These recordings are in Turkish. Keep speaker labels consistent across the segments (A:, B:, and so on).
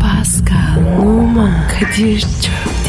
A: Pascal, Oman, Kadir çok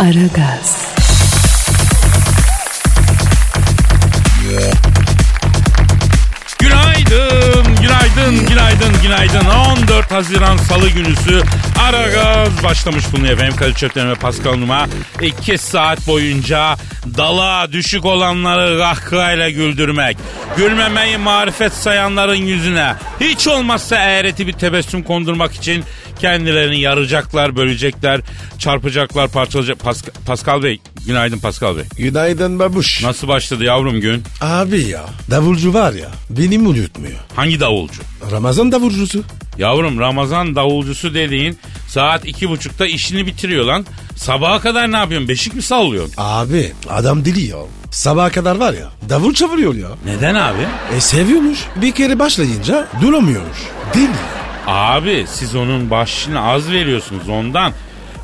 A: Aragaz,
B: Günaydın, günaydın, günaydın, günaydın. 14 Haziran Salı günüsü Aragaz başlamış bulunuyor efendim. Kadir Çöpten ve Pascal Numa 2 saat boyunca dala düşük olanları kahkahayla güldürmek. Gülmemeyi marifet sayanların yüzüne. Hiç olmazsa eğreti bir tebessüm kondurmak için kendilerini yaracaklar, bölecekler, çarpacaklar, parçalayacak. Pask- Pascal Bey, günaydın Pascal Bey.
C: Günaydın babuş.
B: Nasıl başladı yavrum gün?
C: Abi ya. Davulcu var ya. Beni mi unutmuyor?
B: Hangi davulcu?
C: Ramazan davulcusu.
B: Yavrum Ramazan davulcusu dediğin saat iki buçukta işini bitiriyor lan. Sabaha kadar ne yapıyorsun? Beşik mi sallıyorsun?
C: Abi adam dili ya. Sabaha kadar var ya. Davul çeviriyor ya.
B: Neden abi?
C: E seviyormuş. Bir kere başlayınca duramıyormuş. Deli.
B: Abi siz onun başını az veriyorsunuz ondan.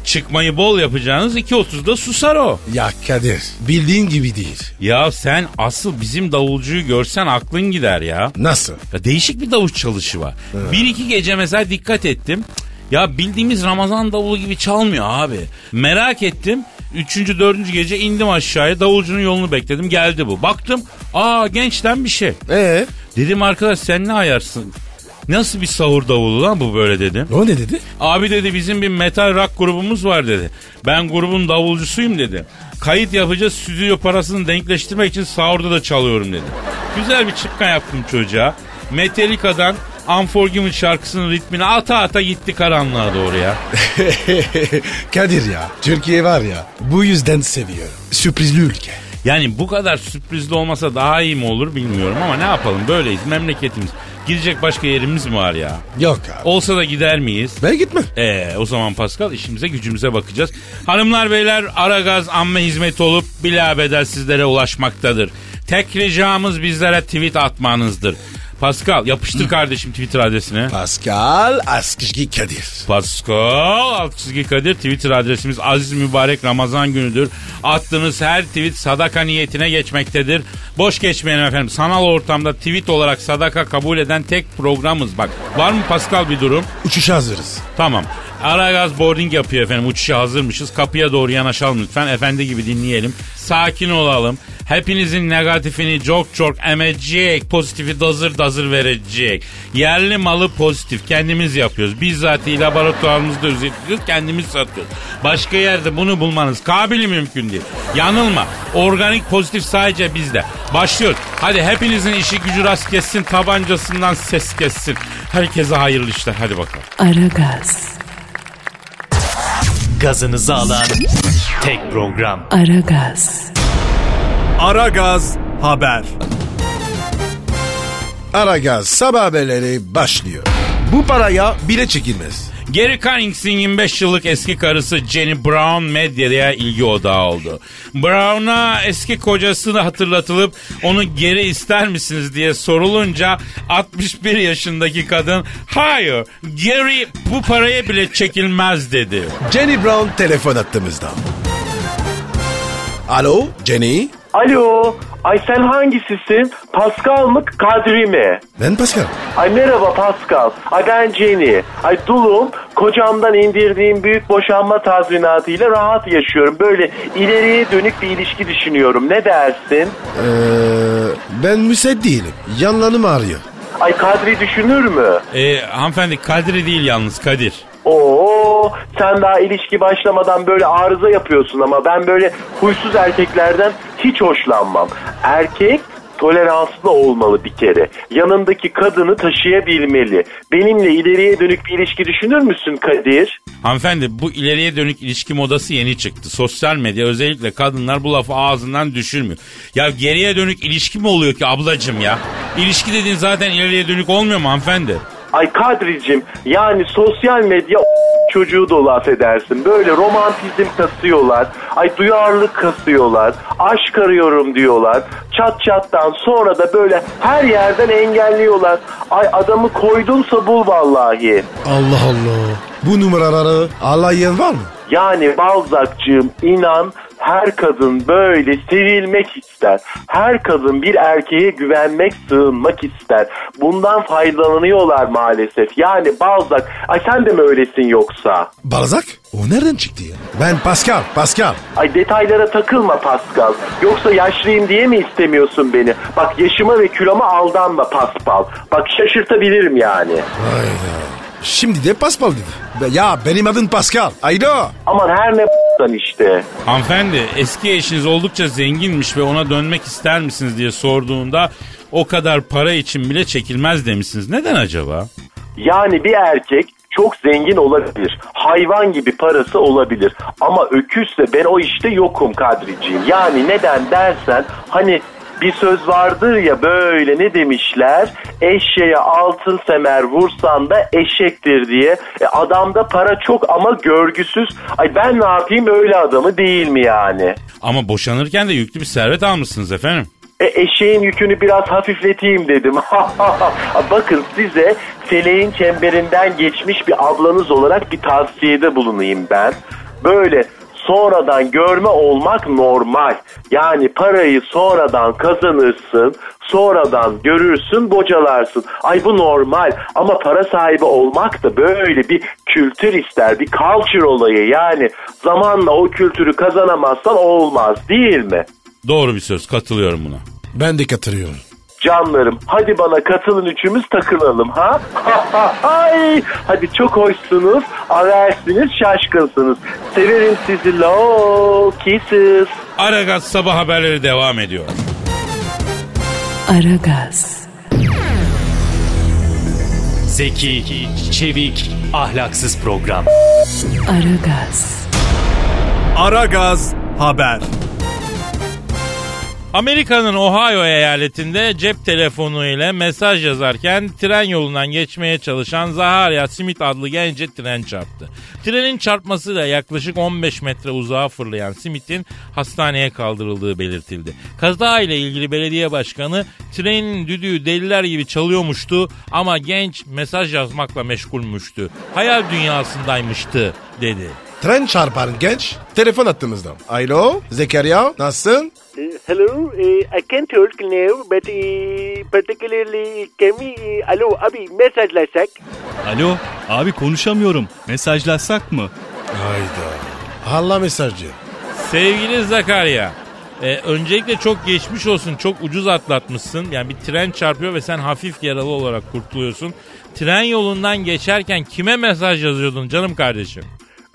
B: Çıkmayı bol yapacağınız 2.30'da susar o.
C: Ya Kadir. Bildiğin gibi değil.
B: Ya sen asıl bizim davulcuyu görsen aklın gider ya.
C: Nasıl?
B: Ya değişik bir davul çalışı var. Bir iki gece mesela dikkat ettim. Ya bildiğimiz Ramazan davulu gibi çalmıyor abi. Merak ettim. Üçüncü, dördüncü gece indim aşağıya. Davulcunun yolunu bekledim. Geldi bu. Baktım. Aa gençten bir şey.
C: E
B: Dedim arkadaş sen ne ayarsın? Nasıl bir sahur davulu lan bu böyle dedim.
C: O ne dedi?
B: Abi dedi bizim bir metal rock grubumuz var dedi. Ben grubun davulcusuyum dedi. Kayıt yapacağız stüdyo parasını denkleştirmek için sahurda da çalıyorum dedi. Güzel bir çıkma yaptım çocuğa. Metallica'dan Unforgiven şarkısının ritmini ata ata gitti karanlığa doğru ya.
C: Kadir ya. Türkiye var ya. Bu yüzden seviyor. Sürprizli ülke.
B: Yani bu kadar sürprizli olmasa daha iyi mi olur bilmiyorum ama ne yapalım böyleyiz memleketimiz. Gidecek başka yerimiz mi var ya?
C: Yok abi.
B: Olsa da gider miyiz?
C: Ben gitmem.
B: Ee, o zaman Pascal işimize gücümüze bakacağız. Hanımlar beyler Aragaz amme hizmeti olup bila bedel sizlere ulaşmaktadır. Tek ricamız bizlere tweet atmanızdır. Pascal yapıştır kardeşim Twitter adresine.
C: Pascal Askışki Kadir.
B: Pascal alt çizgi Kadir Twitter adresimiz aziz mübarek Ramazan günüdür. Attığınız her tweet sadaka niyetine geçmektedir. Boş geçmeyelim efendim. Sanal ortamda tweet olarak sadaka kabul eden tek programız bak. Var mı Pascal bir durum?
C: Uçuşa hazırız.
B: Tamam. Aragaz boarding yapıyor efendim. Uçuşa hazırmışız. Kapıya doğru yanaşalım lütfen. Efendi gibi dinleyelim. Sakin olalım. Hepinizin negatifini çok çok emecek. Pozitifi dazır dazır verecek. Yerli malı pozitif. Kendimiz yapıyoruz. Bizzatihi laboratuvarımızda üretiyoruz. Kendimiz satıyoruz. Başka yerde bunu bulmanız kabili mümkün değil. Yanılma. Organik pozitif sadece bizde. Başlıyoruz. Hadi hepinizin işi gücü rast kessin. Tabancasından ses kessin. Herkese hayırlı işler. Hadi bakalım.
A: Aragaz,
D: gazınızı alan tek program.
A: Aragaz,
D: Ara Gaz Haber.
C: Aragaz sabah haberleri başlıyor. Bu paraya bile çekilmez.
B: Gary Cunnings'in 25 yıllık eski karısı Jenny Brown medyaya ilgi odağı oldu. Brown'a eski kocasını hatırlatılıp onu geri ister misiniz diye sorulunca 61 yaşındaki kadın hayır Gary bu paraya bile çekilmez dedi.
C: Jenny Brown telefon attığımızda. Alo Jenny.
E: Alo, ay sen hangisisin? Pascal mı, Kadri mi?
C: Ben Pascal.
E: Ay merhaba Pascal, ay ben Jenny. Ay dulum, kocamdan indirdiğim büyük boşanma tazminatıyla rahat yaşıyorum. Böyle ileriye dönük bir ilişki düşünüyorum. Ne dersin?
C: Ee, ben müsait değilim. Yanlarım ağrıyor.
E: Ay Kadri düşünür mü?
B: E, hanımefendi Kadri değil yalnız Kadir.
E: Oo, sen daha ilişki başlamadan böyle arıza yapıyorsun ama ben böyle huysuz erkeklerden hiç hoşlanmam. Erkek toleranslı olmalı bir kere. Yanındaki kadını taşıyabilmeli. Benimle ileriye dönük bir ilişki düşünür müsün Kadir?
B: Hanımefendi bu ileriye dönük ilişki modası yeni çıktı. Sosyal medya özellikle kadınlar bu lafı ağzından düşürmüyor. Ya geriye dönük ilişki mi oluyor ki ablacım ya? İlişki dediğin zaten ileriye dönük olmuyor mu hanımefendi?
E: Ay Kadri'cim yani sosyal medya o- çocuğu dolu affedersin. Böyle romantizm kasıyorlar. Ay duyarlılık kasıyorlar. Aşk arıyorum diyorlar. Çat çattan sonra da böyle her yerden engelliyorlar. Ay adamı koydunsa bul vallahi.
C: Allah Allah. Bu numaraları alayen var mı?
E: Yani Balzac'cığım inan her kadın böyle sevilmek ister. Her kadın bir erkeğe güvenmek, sığınmak ister. Bundan faydalanıyorlar maalesef. Yani Balzac, ay sen de mi öylesin yoksa?
C: Balzak? O nereden çıktı ya? Ben Pascal, Pascal.
E: Ay detaylara takılma Pascal. Yoksa yaşlıyım diye mi istemiyorsun beni? Bak yaşıma ve kiloma aldanma Paspal. Bak şaşırtabilirim yani.
C: Hayda. Şimdi de Pascal dedi. Be- Ya benim adım Pascal. Ayda.
E: Aman her ne b**tan işte.
B: Hanımefendi eski eşiniz oldukça zenginmiş ve ona dönmek ister misiniz diye sorduğunda o kadar para için bile çekilmez demişsiniz. Neden acaba?
E: Yani bir erkek çok zengin olabilir. Hayvan gibi parası olabilir. Ama öküzse ben o işte yokum Kadriciğim. Yani neden dersen hani bir söz vardır ya böyle ne demişler? Eşeğe altın semer vursan da eşektir diye. E, adamda para çok ama görgüsüz. Ay ben ne yapayım öyle adamı değil mi yani?
B: Ama boşanırken de yüklü bir servet almışsınız efendim.
E: E, eşeğin yükünü biraz hafifleteyim dedim. Bakın size feleğin çemberinden geçmiş bir ablanız olarak bir tavsiyede bulunayım ben. Böyle sonradan görme olmak normal. Yani parayı sonradan kazanırsın, sonradan görürsün, bocalarsın. Ay bu normal ama para sahibi olmak da böyle bir kültür ister, bir culture olayı. Yani zamanla o kültürü kazanamazsan olmaz değil mi?
B: Doğru bir söz katılıyorum buna.
C: Ben de katılıyorum.
E: Canlarım hadi bana katılın üçümüz takılalım ha. Ay, hadi çok hoşsunuz, aversiniz, şaşkınsınız. Severim sizi lo kisses.
B: Aragaz sabah haberleri devam ediyor.
A: Aragaz,
D: Zeki, çevik, ahlaksız program.
A: Aragaz,
D: Aragaz haber.
B: Amerika'nın Ohio eyaletinde cep telefonu ile mesaj yazarken tren yolundan geçmeye çalışan Zaharia Smith adlı gence tren çarptı. Trenin çarpmasıyla yaklaşık 15 metre uzağa fırlayan Smith'in hastaneye kaldırıldığı belirtildi. Kaza ile ilgili belediye başkanı trenin düdüğü deliler gibi çalıyormuştu ama genç mesaj yazmakla meşgulmüştü. Hayal dünyasındaymıştı dedi.
C: Tren çarpan genç telefon attığımızda. Alo Zekeriya nasılsın?
F: hello, eh, I can talk now, but eh, particularly can we, eh, alo abi mesajlaşsak?
D: Alo, abi konuşamıyorum. Mesajlaşsak mı?
C: Hayda. Allah mesajcı.
B: Sevgili Zakarya. e, öncelikle çok geçmiş olsun. Çok ucuz atlatmışsın. Yani bir tren çarpıyor ve sen hafif yaralı olarak kurtuluyorsun. Tren yolundan geçerken kime mesaj yazıyordun canım kardeşim?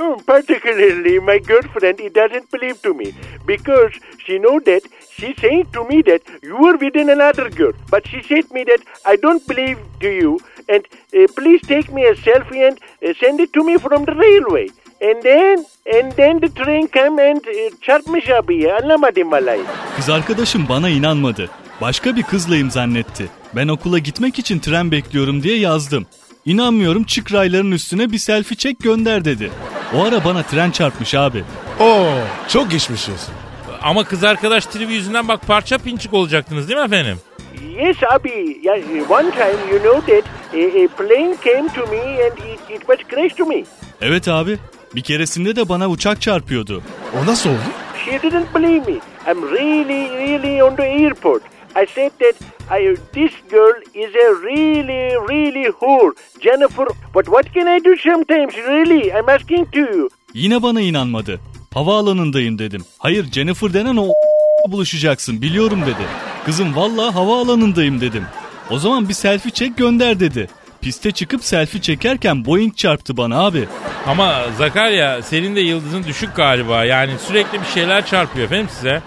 F: Oh, particularly my girlfriend, he doesn't believe to me because she know that she saying to me that you were within another girl, but she said me that I don't believe to you and uh, please take me a selfie and uh, send it to me from the railway. And then, and then the train come and uh, çarpmış abiye anlamadım vallahi.
G: Kız arkadaşım bana inanmadı. Başka bir kızlayım zannetti. Ben okula gitmek için tren bekliyorum diye yazdım. İnanmıyorum çık rayların üstüne bir selfie çek gönder dedi. O ara bana tren çarpmış abi.
C: Oo çok geçmiş olsun.
B: Ama kız arkadaş tribi yüzünden bak parça pinçik olacaktınız değil mi efendim?
F: Yes, Abhi. Yeah, uh, one time, you know that a, a plane came to me and it, it was crashed to me.
G: Evet abi bir keresinde de bana uçak çarpıyordu.
C: O nasıl oldu?
F: She didn't believe me. I'm really, really on the airport. I said that I, this girl is a really, really whore, Jennifer. But what can I do sometimes, really? I'm asking to you.
G: Yine bana inanmadı. Havaalanındayım dedim. Hayır Jennifer denen o buluşacaksın biliyorum dedi. Kızım vallahi havaalanındayım dedim. O zaman bir selfie çek gönder dedi. Piste çıkıp selfie çekerken Boeing çarptı bana abi.
B: Ama Zakarya senin de yıldızın düşük galiba. Yani sürekli bir şeyler çarpıyor efendim size.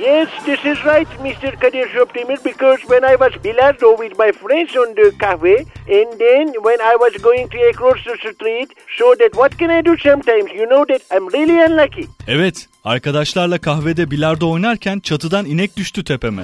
F: Yes, this is right, Mr. Kadir Şopdemir, because when I was Bilardo with my friends on the cafe, and then when I was going to across the street, so that what can I do sometimes? You know that I'm really unlucky.
G: Evet, arkadaşlarla kahvede bilardo oynarken çatıdan inek düştü tepeme.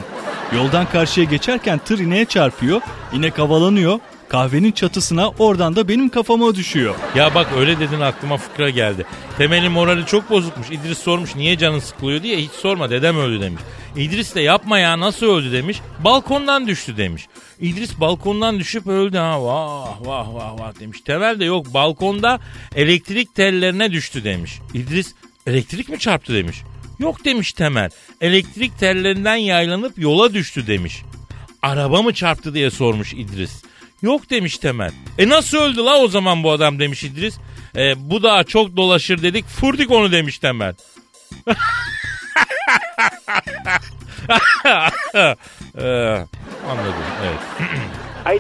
G: Yoldan karşıya geçerken tır ineğe çarpıyor, inek havalanıyor.
D: Kahvenin çatısına oradan da benim kafama düşüyor.
B: Ya bak öyle dedin aklıma fıkra geldi. Temel'in morali çok bozukmuş. İdris sormuş niye canın sıkılıyor diye hiç sorma dedem öldü demiş. İdris de yapma ya nasıl öldü demiş. Balkondan düştü demiş. İdris balkondan düşüp öldü ha vah vah vah vah demiş. Temel de yok balkonda elektrik tellerine düştü demiş. İdris elektrik mi çarptı demiş. Yok demiş Temel. Elektrik tellerinden yaylanıp yola düştü demiş. Araba mı çarptı diye sormuş İdris. Yok demiş Temel. E nasıl öldü la o zaman bu adam demiş İdris. E, bu daha çok dolaşır dedik furdik onu demiş Temel. e, anladım evet.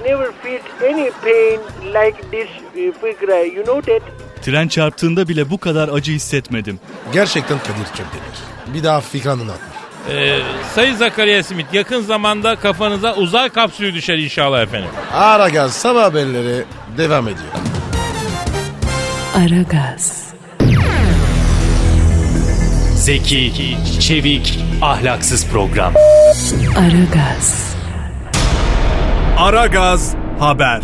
F: I never felt any pain like this uh, figure. You know that?
D: Tren çarptığında bile bu kadar acı hissetmedim.
C: Gerçekten Kadir Çöpdemir. Bir daha Afrika'nın adı.
B: E, Sayın Zakariya Simit yakın zamanda kafanıza uzay kapsülü düşer inşallah efendim.
C: Aragaz sabah haberleri devam ediyor.
A: Aragaz,
D: Zeki, çevik, ahlaksız program.
A: Aragaz,
D: Aragaz haber.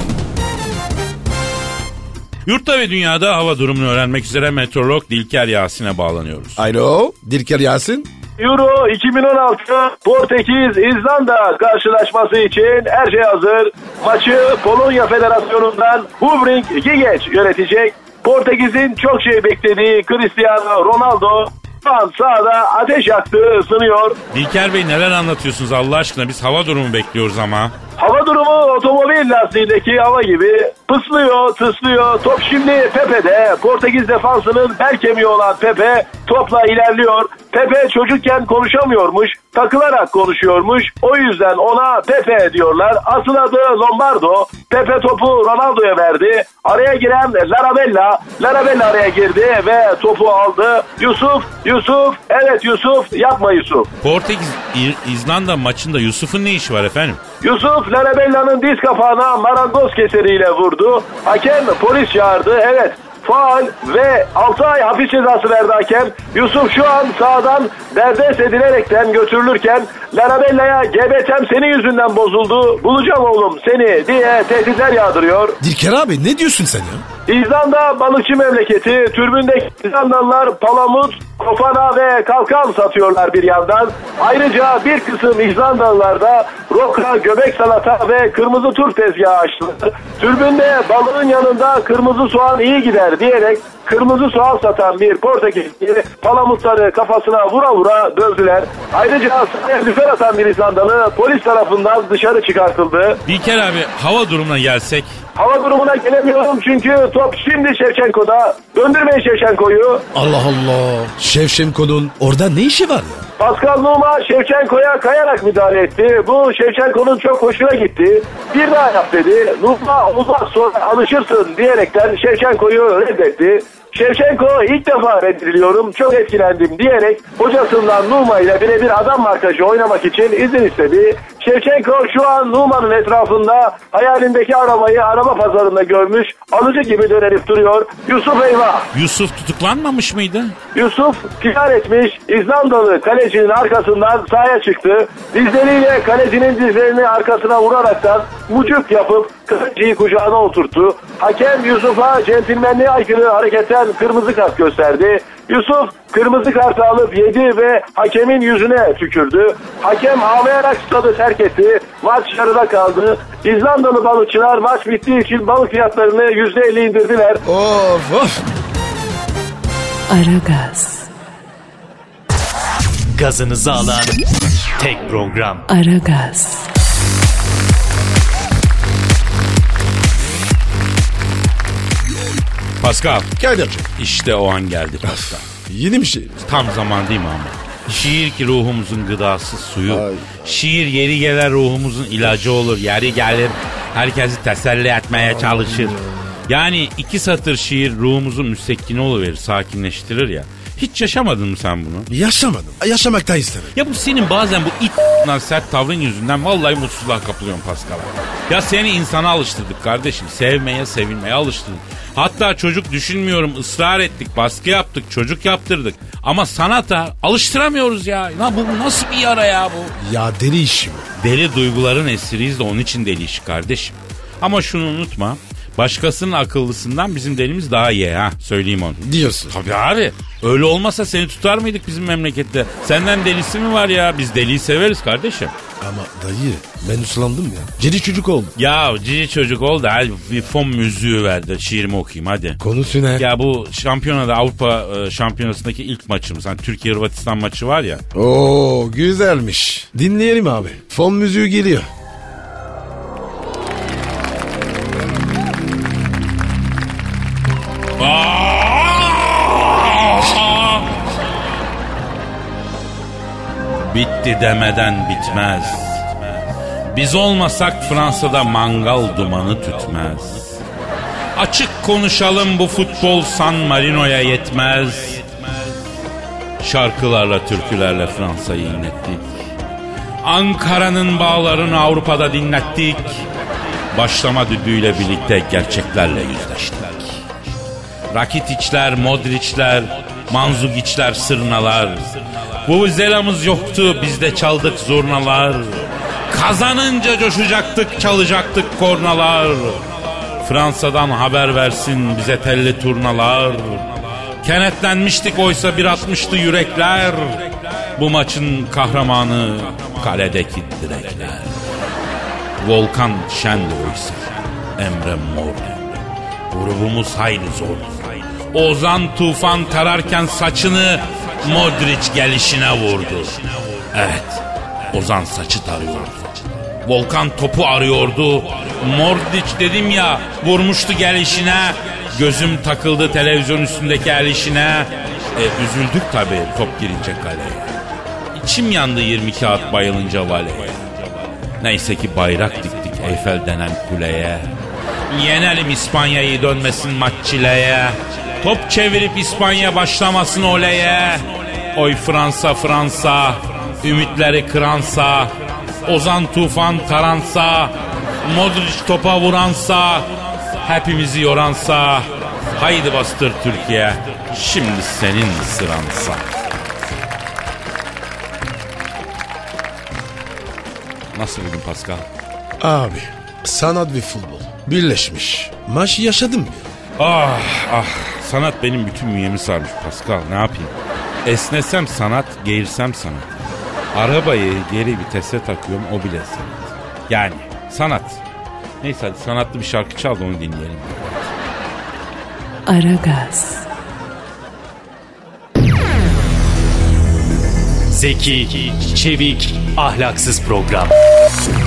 B: Yurtta ve dünyada hava durumunu öğrenmek üzere meteorolog Dilker Yasin'e bağlanıyoruz.
C: Alo, Dilker Yasin.
E: Euro 2016 Portekiz İzlanda karşılaşması için her şey hazır. Maçı Polonya Federasyonu'ndan Hubring Gigeç yönetecek. Portekiz'in çok şey beklediği Cristiano Ronaldo şu an sahada ateş yaktı ısınıyor.
B: Dilker Bey neler anlatıyorsunuz Allah aşkına biz hava durumu bekliyoruz ama.
E: Hava durumu otomobil lastiğindeki hava gibi pıslıyor, tıslıyor. Top şimdi Pepe'de. Portekiz defansının bel kemiği olan Pepe topla ilerliyor. Pepe çocukken konuşamıyormuş, takılarak konuşuyormuş. O yüzden ona Pepe diyorlar. Asıl adı Lombardo. Pepe topu Ronaldo'ya verdi. Araya giren Larabella. Larabella araya girdi ve topu aldı. Yusuf, Yusuf, evet Yusuf, yapma Yusuf.
B: Portekiz İr- İzlanda maçında Yusuf'un ne işi var efendim?
E: Yusuf Larabella'nın diz kapağına marangoz keseriyle vurdu. Hakem polis çağırdı. Evet faal ve 6 ay hapis cezası verdi hakem. Yusuf şu an sağdan derdest edilerekten götürülürken Larabella'ya GBT'm senin yüzünden bozuldu. Bulacağım oğlum seni diye tehditler yağdırıyor.
C: Dilker abi ne diyorsun sen ya?
E: İzlanda balıkçı memleketi. Türbündeki İzlandalılar palamut, kofana ve kalkan satıyorlar bir yandan. Ayrıca bir kısım İzlandalılar da roka, göbek salata ve kırmızı turp tezgahı açtılar. Türbünde balığın yanında kırmızı soğan iyi gider diyerek kırmızı soğan satan bir Portekizli palamutları kafasına vura vura dövdüler. Ayrıca sahaya lüfer atan bir İzlandalı polis tarafından dışarı çıkartıldı.
B: Dilker abi hava durumuna gelsek.
E: Hava durumuna gelemiyorum çünkü top şimdi Şevçenko'da. Döndürmeyin Şevçenko'yu.
C: Allah Allah. Şevşenko'nun orada ne işi var ya?
E: Pascal Numa Şevçenko'ya kayarak müdahale etti. Bu Şevçenko'nun çok hoşuna gitti. Bir daha yap dedi. Numa uzak sonra alışırsın diyerekten Şevçenko'yu reddetti. Şevçenko ilk defa reddediliyorum çok etkilendim diyerek hocasından Numa ile birebir adam markajı oynamak için izin istedi. Şevçenko şu an Numa'nın etrafında hayalindeki arabayı araba pazarında görmüş alıcı gibi dönelip duruyor. Yusuf Eyvah
B: Yusuf tutuklanmamış mıydı?
E: Yusuf firar etmiş İzlandalı kalecinin arkasından sahaya çıktı. Dizleriyle kalecinin dizlerini arkasına vuraraktan mucuk yapıp kaleciyi kucağına oturttu. Hakem Yusuf'a centilmenliğe aykırı hareketten kırmızı kart gösterdi. Yusuf kırmızı kartı alıp yedi ve hakemin yüzüne tükürdü. Hakem ağlayarak stadı terk etti. Maç yarıda kaldı. İzlandalı balıkçılar maç bittiği için balık fiyatlarını %50 indirdiler.
C: Of of.
A: Aragaz,
D: Gazınızı alan tek program.
A: Aragaz,
B: Pascal
C: Kadir'cim
B: işte o an geldi Pascal.
C: yeni bir şey.
B: Tam zaman değil mi ama? Şiir ki ruhumuzun gıdası suyu.
C: Ay.
B: Şiir yeri gelir ruhumuzun ilacı olur. Yeri gelir herkesi teselli etmeye çalışır. Yani iki satır şiir ruhumuzun müstekkini oluverir, sakinleştirir ya. Hiç yaşamadın mı sen bunu?
C: Yaşamadım. Yaşamak da istemem.
B: Ya bu senin bazen bu it lan sert tavrın yüzünden vallahi mutsuzluğa kapılıyorum Pascal. abi. Ya seni insana alıştırdık kardeşim. Sevmeye, sevilmeye alıştırdık. Hatta çocuk düşünmüyorum ısrar ettik, baskı yaptık, çocuk yaptırdık. Ama sanata alıştıramıyoruz ya. Lan bu nasıl bir yara ya bu?
C: Ya deli işi bu.
B: Deli duyguların esiriyiz de onun için deli işi kardeşim. Ama şunu unutma. Başkasının akıllısından bizim delimiz daha iyi ha. Söyleyeyim onu.
C: Diyorsun.
B: Tabii abi. Öyle olmasa seni tutar mıydık bizim memlekette? Senden delisi mi var ya? Biz deliyi severiz kardeşim.
C: Ama dayı ben uslandım ya. Cedi çocuk oldum.
B: Ya cici çocuk ol da hadi bir fon müziği ver de şiirimi okuyayım hadi.
C: Konusu ne?
B: Ya bu şampiyonada Avrupa e, şampiyonasındaki ilk maçımız. Hani Türkiye-Hırvatistan maçı var ya.
C: Oo güzelmiş. Dinleyelim abi. Fon müziği geliyor.
B: Bitti demeden bitmez. Biz olmasak Fransa'da mangal dumanı tütmez. Açık konuşalım bu futbol San Marino'ya yetmez. Şarkılarla, türkülerle Fransa'yı inlettik. Ankara'nın bağlarını Avrupa'da dinlettik. Başlama düdüğüyle birlikte gerçeklerle yüzleştik. Rakitiçler, Modriçler, Manzugiçler, Sırnalar. Bu zelamız yoktu bizde çaldık zurnalar. Kazanınca coşacaktık çalacaktık kornalar. Fransa'dan haber versin bize telli turnalar. Kenetlenmiştik oysa bir atmıştı yürekler. Bu maçın kahramanı kaledeki direkler. Volkan Şen'di oysa Emre Mor'du. Grubumuz hayli zordu. Ozan Tufan tararken saçını Modric gelişine vurdu. Evet, Ozan saçı tarıyordu. Volkan topu arıyordu. Modric dedim ya vurmuştu gelişine. Gözüm takıldı televizyon üstündeki erişine. E, üzüldük tabii top girince kaleye. İçim yandı 20 kağıt bayılınca valeye. Neyse ki bayrak diktik Eyfel denen kuleye. Yenelim İspanya'yı dönmesin maç çileye. Top çevirip İspanya başlamasın oleye. Oy Fransa Fransa, ümitleri kıransa, Ozan Tufan taransa, Modric topa vuransa, hepimizi yoransa. Haydi bastır Türkiye, şimdi senin sıransa. Nasıl buldun Pascal?
C: Abi sanat ve futbol birleşmiş. Maç yaşadım ya.
B: Ah ah sanat benim bütün bünyemi sarmış Pascal ne yapayım? Esnesem sanat, geğirsem sanat. Arabayı geri vitese takıyorum o bile sanat. Yani sanat. Neyse hadi sanatlı bir şarkı çal da onu dinleyelim.
A: Aragaz,
D: Zeki, çevik, ahlaksız program.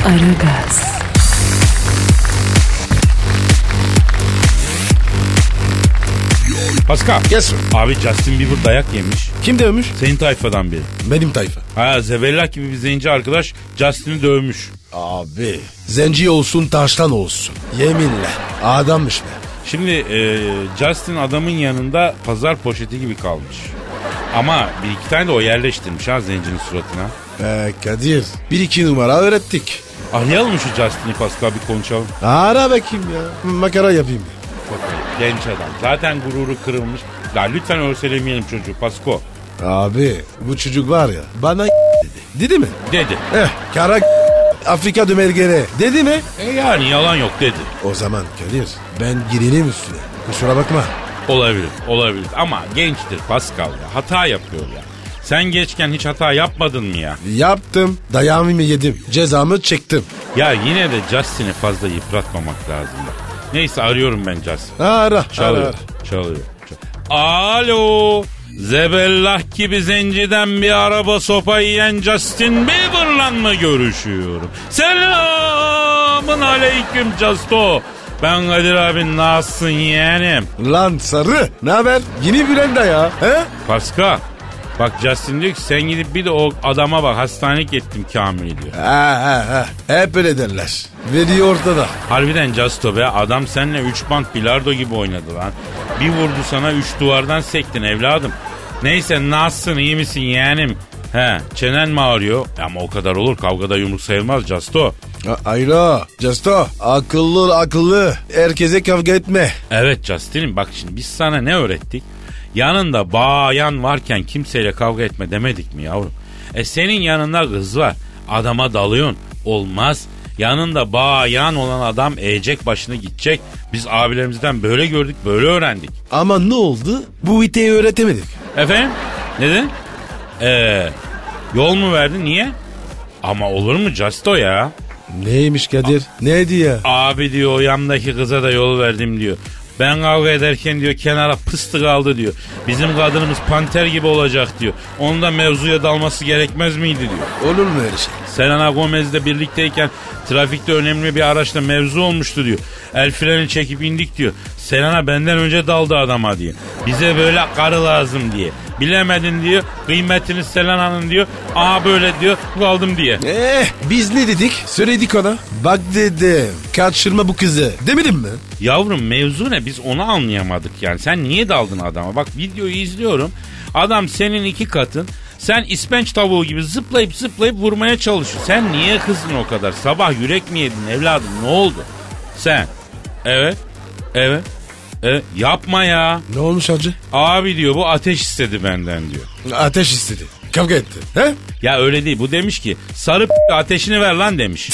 A: Aragaz,
B: Pascal.
C: Yes.
B: Abi Justin Bieber dayak yemiş.
C: Kim dövmüş?
B: Senin tayfadan biri.
C: Benim tayfa.
B: Ha Zebellak gibi bir zenci arkadaş Justin'i dövmüş.
C: Abi. Zenci olsun taştan olsun. Yeminle adammış be.
B: Şimdi e, Justin adamın yanında pazar poşeti gibi kalmış. Ama bir iki tane de o yerleştirmiş ha zencinin suratına.
C: Ee, Kadir bir iki numara öğrettik.
B: Arayalım mı şu Justin'i Pascal bir konuşalım.
C: Ara bakayım ya. Makara yapayım.
B: Çok ayıp. Genç adam. Zaten gururu kırılmış. La lütfen örselemeyelim çocuğu Pasko.
C: Abi bu çocuk var ya bana dedi. Dedi mi?
B: Dedi.
C: Eh kara Afrika dümergene dedi mi?
B: E yani yalan yok dedi.
C: O zaman Kadir ben gireyim üstüne. Kusura bakma.
B: Olabilir, olabilir. Ama gençtir Pascal ya. Hata yapıyor ya. Sen geçken hiç hata yapmadın mı ya?
C: Yaptım. Dayağımı yedim. Cezamı çektim.
B: Ya yine de Justin'i fazla yıpratmamak lazım. Neyse arıyorum ben Justin.
C: Ara. ara,
B: Çalıyor,
C: ara.
B: çalıyor. çal- Alo. Zebellah gibi zenciden bir araba sopa yiyen Justin Bieber'la mı görüşüyorum? Selamın aleyküm Justo. Ben Kadir abi nasılsın yeğenim?
C: Lan sarı. Ne haber? Yeni Bülent ya. He?
B: Paska. Bak Justin diyor ki sen gidip bir de o adama bak hastanelik ettim Kamil'i diyor.
C: Ha ha ha. Hep öyle derler. Veri ortada.
B: Harbiden Justo be adam seninle 3 band bilardo gibi oynadı lan. Bir vurdu sana 3 duvardan sektin evladım. Neyse nasılsın iyi misin yeğenim? He çenen mi ağrıyor? Ama o kadar olur kavgada yumruk sayılmaz Justo.
C: A- Ayla. Justo. Akıllı akıllı. Herkese kavga etme.
B: Evet Justin'im bak şimdi biz sana ne öğrettik? Yanında bayan varken kimseyle kavga etme demedik mi yavrum? E senin yanında kız var. Adama dalıyorsun. Olmaz. Yanında bayan olan adam eğecek başını gidecek. Biz abilerimizden böyle gördük böyle öğrendik.
C: Ama ne oldu? Bu iteyi öğretemedik.
B: Efendim? Neden? Ee, yol mu verdin niye? Ama olur mu Justo ya?
C: Neymiş Kadir? Neydi ya?
B: Abi diyor o yandaki kıza da yol verdim diyor. Ben kavga ederken diyor kenara pıstı kaldı diyor. Bizim kadınımız panter gibi olacak diyor. Onun da mevzuya dalması gerekmez miydi diyor.
C: Olur mu öyle şey?
B: Selena Gomez'le birlikteyken trafikte önemli bir araçla mevzu olmuştu diyor. El freni çekip indik diyor. Selena benden önce daldı adama diyor. Bize böyle karı lazım diye. Bilemedin diyor. Kıymetini Selena'nın diyor. Aa böyle diyor. Kaldım diye.
C: Eee Eh, biz ne dedik? Söyledik ona. Bak dedim. Kaçırma bu kızı. Demedim mi?
B: Yavrum mevzu ne biz onu anlayamadık yani. Sen niye daldın adama? Bak videoyu izliyorum. Adam senin iki katın. Sen ispenç tavuğu gibi zıplayıp zıplayıp vurmaya çalışıyorsun. Sen niye kızdın o kadar? Sabah yürek mi yedin evladım ne oldu? Sen. Evet. Evet. evet. Yapma ya.
C: Ne olmuş hacı?
B: Abi diyor bu ateş istedi benden diyor.
C: Ateş istedi. Kavga etti. He?
B: Ya öyle değil. Bu demiş ki sarı p- ateşini ver lan demiş.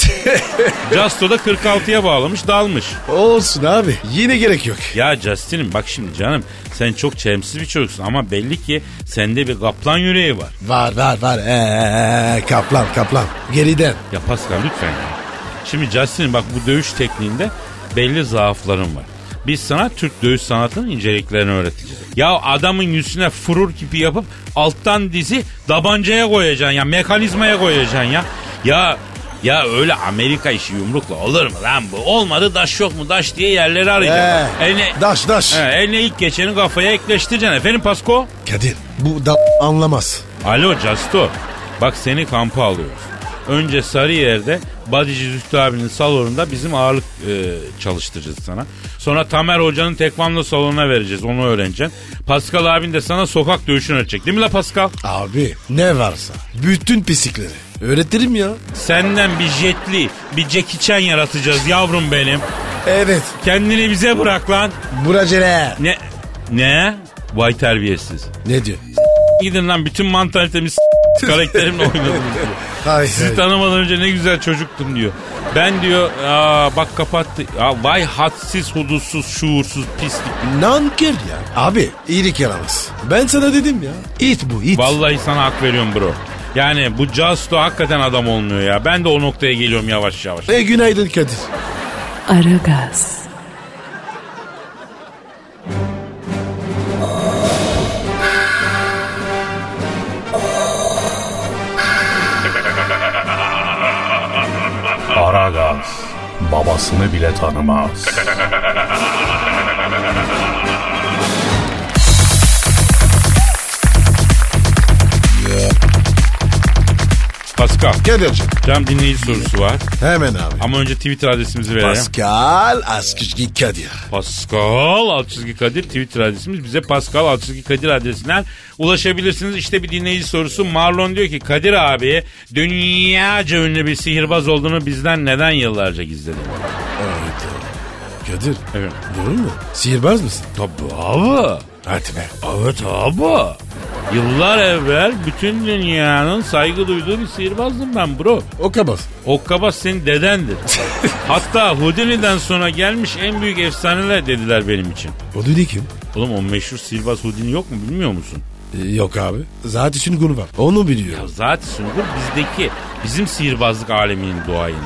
B: Justo da 46'ya bağlamış dalmış.
C: Olsun abi. Yine gerek yok.
B: Ya Justin'im bak şimdi canım sen çok çelimsiz bir çocuksun ama belli ki sende bir kaplan yüreği var.
C: Var var var. Ee, kaplan kaplan. Geriden.
B: Ya Pascal lütfen ya. Şimdi Justin'im bak bu dövüş tekniğinde belli zaafların var. Biz sana Türk dövüş sanatının inceliklerini öğreteceğiz. Ya adamın yüzüne furur gibi yapıp alttan dizi tabancaya koyacaksın ya mekanizmaya koyacaksın ya. Ya ya öyle Amerika işi yumrukla olur mu lan bu? Olmadı daş yok mu daş diye yerleri arayacaksın.
C: Ee,
B: Eline-
C: daş daş.
B: He, eline ilk geçeni kafaya ekleştireceksin efendim Pasko.
C: Kadir bu da anlamaz.
B: Alo Casto. Bak seni kampa alıyoruz. Önce Sarıyer'de Badici Zühtü abinin salonunda bizim ağırlık e, çalıştıracağız sana. Sonra Tamer Hoca'nın tekvando salonuna vereceğiz. Onu öğreneceksin. Pascal abin de sana sokak dövüşünü öğretecek. Değil mi la Pascal?
C: Abi ne varsa. Bütün pisikleri. Öğretirim ya.
B: Senden bir jetli, bir Jackie Chan yaratacağız yavrum benim.
C: Evet.
B: Kendini bize bırak lan.
C: Buracere.
B: Ne? Ne? Vay terbiyesiz.
C: Ne diyor?
B: Gidin lan bütün mantalitemiz karakterimle oynadınız diyor.
C: Ay,
B: Sizi
C: ay.
B: tanımadan önce ne güzel çocuktum diyor. Ben diyor aa bak kapattı. Aa, vay hadsiz, hudutsuz, şuursuz, pislik.
C: Nankör ya. Abi iyilik yaramaz. Ben sana dedim ya. İt bu it.
B: Vallahi sana hak veriyorum bro. Yani bu Justo hakikaten adam olmuyor ya. Ben de o noktaya geliyorum yavaş yavaş.
C: E günaydın Kadir.
A: Aragaz,
D: Aragaz babasını bile tanımaz.
B: Pascal,
C: Kadir'cim.
B: cam dinleyici sorusu var.
C: Hemen abi.
B: Ama önce Twitter adresimizi verelim.
C: Pascal Askışki Kadir.
B: Pascal alt çizgi Kadir Twitter adresimiz. Bize Pascal alt çizgi Kadir adresinden ulaşabilirsiniz. İşte bir dinleyici sorusu. Marlon diyor ki Kadir abi dünyaca ünlü bir sihirbaz olduğunu bizden neden yıllarca gizledin?
C: Evet. Kadir.
B: Evet.
C: Doğru mu? Sihirbaz mısın?
B: Tabii abi.
C: Hadi be.
B: Evet abi. Yıllar evvel bütün dünyanın saygı duyduğu bir sihirbazdım ben bro.
C: O kabas.
B: Okkabaz senin dedendir. Hatta Houdini'den sonra gelmiş en büyük efsaneler dediler benim için.
C: O dedi kim?
B: Oğlum o meşhur sihirbaz Houdini yok mu bilmiyor musun?
C: E, yok abi. Zaten şimdi konu var. Onu biliyoruz.
B: Zaten Sungur bizdeki bizim sihirbazlık aleminin duayeni.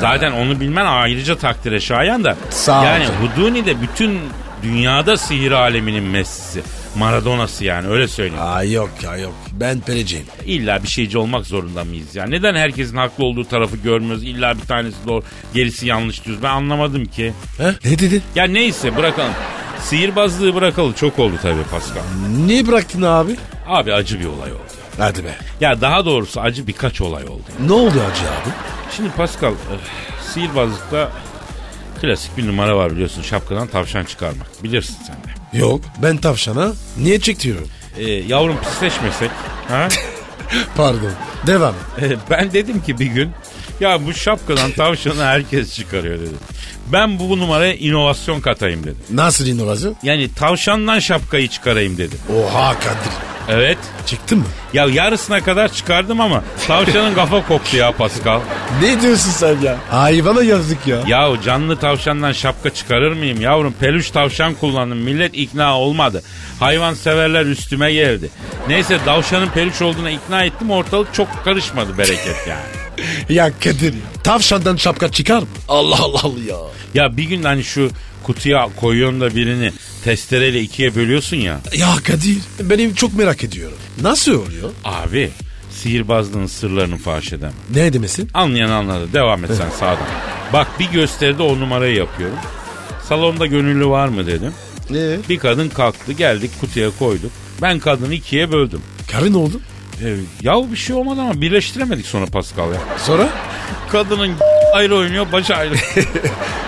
B: Zaten onu bilmen ayrıca takdire şayan da.
C: Sağ ol
B: yani
C: canım.
B: Houdini de bütün dünyada sihir aleminin messisi. Maradona'sı yani öyle söyleyeyim.
C: Ay yok ya yok. Ben pereceğim.
B: İlla bir şeyci olmak zorunda mıyız ya? Neden herkesin haklı olduğu tarafı görmüyoruz? İlla bir tanesi doğru gerisi yanlış diyoruz. Ben anlamadım ki.
C: He? Ne dedi?
B: Ya neyse bırakalım. Sihirbazlığı bırakalı çok oldu tabii Pascal.
C: Niye bıraktın abi?
B: Abi acı bir olay oldu.
C: Hadi be.
B: Ya daha doğrusu acı birkaç olay oldu.
C: Ne oldu hacı abi?
B: Şimdi Pascal, öf, sihirbazlıkta klasik bir numara var biliyorsun. Şapkadan tavşan çıkarmak. Bilirsin sen de.
C: Yok ben tavşana niye çektiriyorum?
B: Ee, yavrum pisleşmesek. Ha?
C: Pardon. Devam. et.
B: Ee, ben dedim ki bir gün ya bu şapkadan tavşanı herkes çıkarıyor dedim. Ben bu numaraya inovasyon katayım dedim.
C: Nasıl inovasyon?
B: Yani tavşandan şapkayı çıkarayım dedim.
C: Oha Kadir.
B: Evet.
C: Çıktı mı?
B: Ya yarısına kadar çıkardım ama tavşanın kafa koptu ya Pascal.
C: Ne diyorsun sen ya? Hayvana yazık ya.
B: Yahu canlı tavşandan şapka çıkarır mıyım yavrum? Peluş tavşan kullandım. Millet ikna olmadı. Hayvan severler üstüme geldi. Neyse tavşanın peluş olduğuna ikna ettim. Ortalık çok karışmadı bereket yani.
C: Ya Kadir ya. Tavşandan şapka çıkar mı? Allah Allah ya.
B: Ya bir gün hani şu kutuya koyuyorsun da birini testereyle ikiye bölüyorsun ya.
C: Ya Kadir benim çok merak ediyorum. Nasıl oluyor?
B: Abi sihirbazlığın sırlarını faş edemem.
C: Ne demesin?
B: Anlayan anladı. Devam et sen sağdan. Bak bir gösteride o numarayı yapıyorum. Salonda gönüllü var mı dedim.
C: Ne?
B: Bir kadın kalktı geldik kutuya koyduk. Ben kadını ikiye böldüm.
C: Karın oldu.
B: Ee, yahu bir şey olmadı ama birleştiremedik sonra Pascal ya.
C: Sonra?
B: Kadının ayrı oynuyor başı ayrı.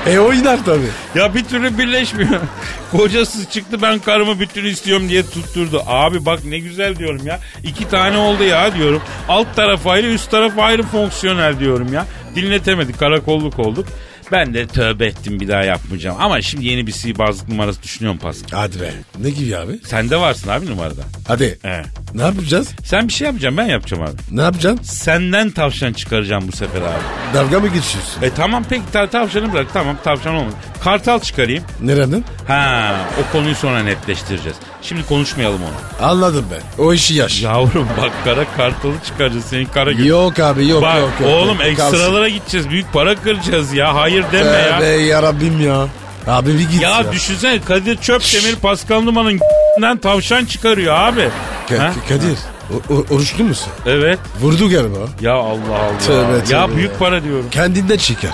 C: E oynar tabii.
B: ya bir türlü birleşmiyor. Kocası çıktı ben karımı bütün istiyorum diye tutturdu. Abi bak ne güzel diyorum ya. İki tane oldu ya diyorum. Alt taraf ayrı üst taraf ayrı fonksiyonel diyorum ya. Dinletemedik karakolluk olduk. Ben de tövbe ettim bir daha yapmayacağım. Ama şimdi yeni bir sihirbazlık numarası düşünüyorum Pascal.
C: Hadi be. Ne gibi abi?
B: Sen de varsın abi numarada.
C: Hadi.
B: He.
C: Ne yapacağız?
B: Sen bir şey yapacaksın ben yapacağım abi.
C: Ne yapacaksın?
B: Senden tavşan çıkaracağım bu sefer abi.
C: Dalga mı geçiyorsun?
B: E tamam peki ta- tavşanı bırak tamam tavşan olmaz. Kartal çıkarayım.
C: Nereden?
B: Ha o konuyu sonra netleştireceğiz. Şimdi konuşmayalım onu.
C: Anladım ben. O işi yaş.
B: Yavrum bak kara kartalı çıkaracağız senin kara gö-
C: Yok abi yok
B: Bak
C: yok, yok.
B: oğlum
C: yok. Kalsın.
B: ekstralara gideceğiz büyük para kıracağız ya hayır deme ya.
C: Be yarabbim ya. Abi bir git ya.
B: Ya düşünsene Kadir Çöpdemir Pascal Numa'nın tavşan çıkarıyor abi.
C: Ka-
B: Ha?
C: Kadir. O, o- oruçlu musun?
B: Evet.
C: Vurdu galiba.
B: Ya Allah Allah.
C: Tövbe,
B: ya
C: tövbe
B: büyük
C: ya.
B: para diyorum.
C: Kendinden çıkar.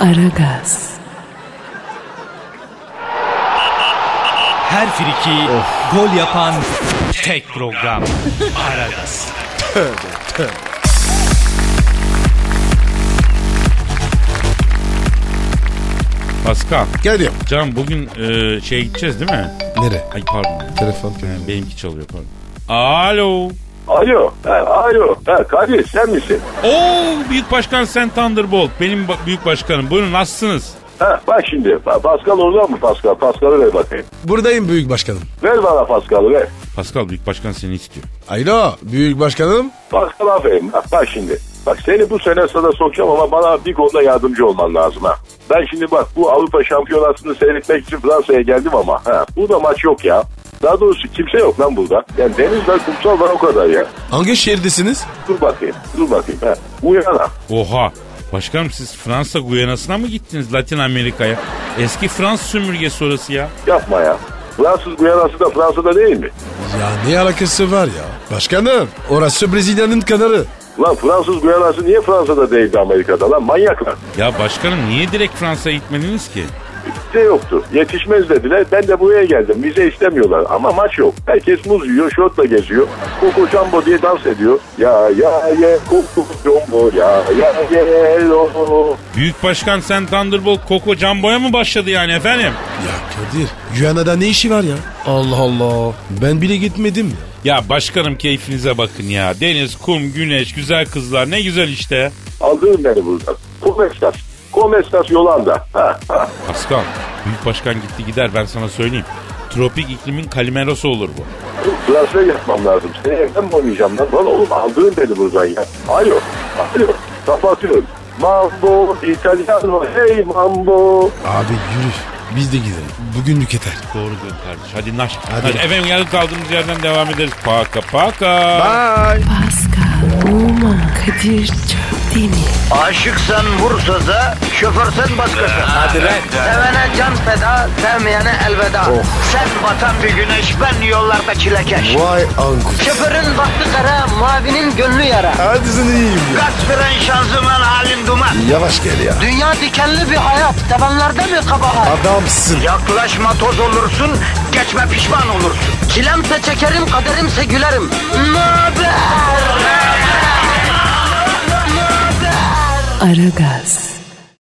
A: Aragaz,
G: Her friki gol yapan
B: Tek program. Pascal,
C: Geliyorum.
B: can bugün e, şeye gideceğiz değil mi?
C: Nere?
B: Ay pardon.
C: Telefon.
B: Yani benimki çalıyor pardon. Alo.
E: Alo, ha, alo. Ha, Kadir sen misin?
B: Oo Büyük Başkan Sen Thunderbolt. Benim ba- Büyük Başkanım. Buyurun nasılsınız?
E: Ha, bak şimdi Pa- Pascal oradan mı Pascal? Pascal'ı ver bakayım.
C: Buradayım büyük başkanım.
E: Ver bana Pascal'ı ver.
B: Pascal Büyük Başkan seni istiyor.
C: Alo büyük başkanım.
E: Pascal aferin. Bak, bak şimdi. Bak seni bu sene sana sokacağım ama bana bir konuda yardımcı olman lazım ha. Ben şimdi bak bu Avrupa Şampiyonası'nı seyretmek için Fransa'ya geldim ama ha, burada maç yok ya. Daha doğrusu kimse yok lan burada. Yani deniz var, kumsal var o kadar ya.
C: Hangi şehirdesiniz?
E: Dur bakayım, dur bakayım. Ha. Uyana.
B: Oha. Başkanım siz Fransa Guyana'sına mı gittiniz Latin Amerika'ya? Eski Fransız sömürgesi orası ya.
E: Yapma ya. Fransız Guyana'sı da Fransa'da değil mi?
C: Ya ne alakası var ya? Başkanım orası Brezilya'nın kanarı.
E: Lan Fransız Guyana'sı niye Fransa'da değildi Amerika'da lan manyaklar.
B: Ya başkanım niye direkt Fransa'ya gitmediniz ki?
E: Vize yoktu. Yetişmez dediler. Ben de buraya geldim. Vize istemiyorlar ama maç yok. Herkes muz yiyor, şortla geziyor. Koko Jumbo diye dans ediyor. Ya ya ye Koko Jumbo ya ya ye lo.
B: Büyük Başkan Sen Thunderbolt Koko Jumbo'ya mı başladı yani efendim?
C: Ya Kadir Güyana'da ne işi var ya? Allah Allah. Ben bile gitmedim ya.
B: Ya başkanım keyfinize bakın ya. Deniz, kum, güneş, güzel kızlar ne güzel işte.
E: Aldırın beni buradan. Komestas. Komestas Yolanda. Ha, ha.
B: Pascal, Büyük Başkan gitti gider ben sana söyleyeyim. Tropik iklimin kalimerosu olur bu.
E: Transfer yapmam lazım. Seni evden mi oynayacağım lan? Lan oğlum aldırın beni buradan ya. Alo. Alo. Kapatıyorum. Mambo, İtalyano, hey Mambo.
C: Abi yürü. Biz de gidelim. Bugünlük yeter.
B: Doğru diyor kardeş. Hadi naş. Hadi.
C: Hadi.
B: Efendim yarın kaldığımız yerden devam ederiz. Paka paka.
A: Pascal, Oman, Kadir çok değil mi?
H: Aşıksan vursa da, şoförsen başkasın. Hadi Sevene can feda, sevmeyene elveda. Sen batan bir güneş, ben yollarda çilekeş.
C: Vay anku.
H: Şoförün baktı kara, mavinin gönlü yara.
C: Hadi sen iyiyim ya.
H: Kasperen şanzıman halin duman.
C: Yavaş gel ya.
H: Dünya dikenli bir hayat, sevenlerde mi kabahar?
C: Adamsın.
H: Yaklaşma toz olursun, geçme pişman olursun. Çilemse çekerim, kaderimse gülerim. Möber!
A: Aragaz.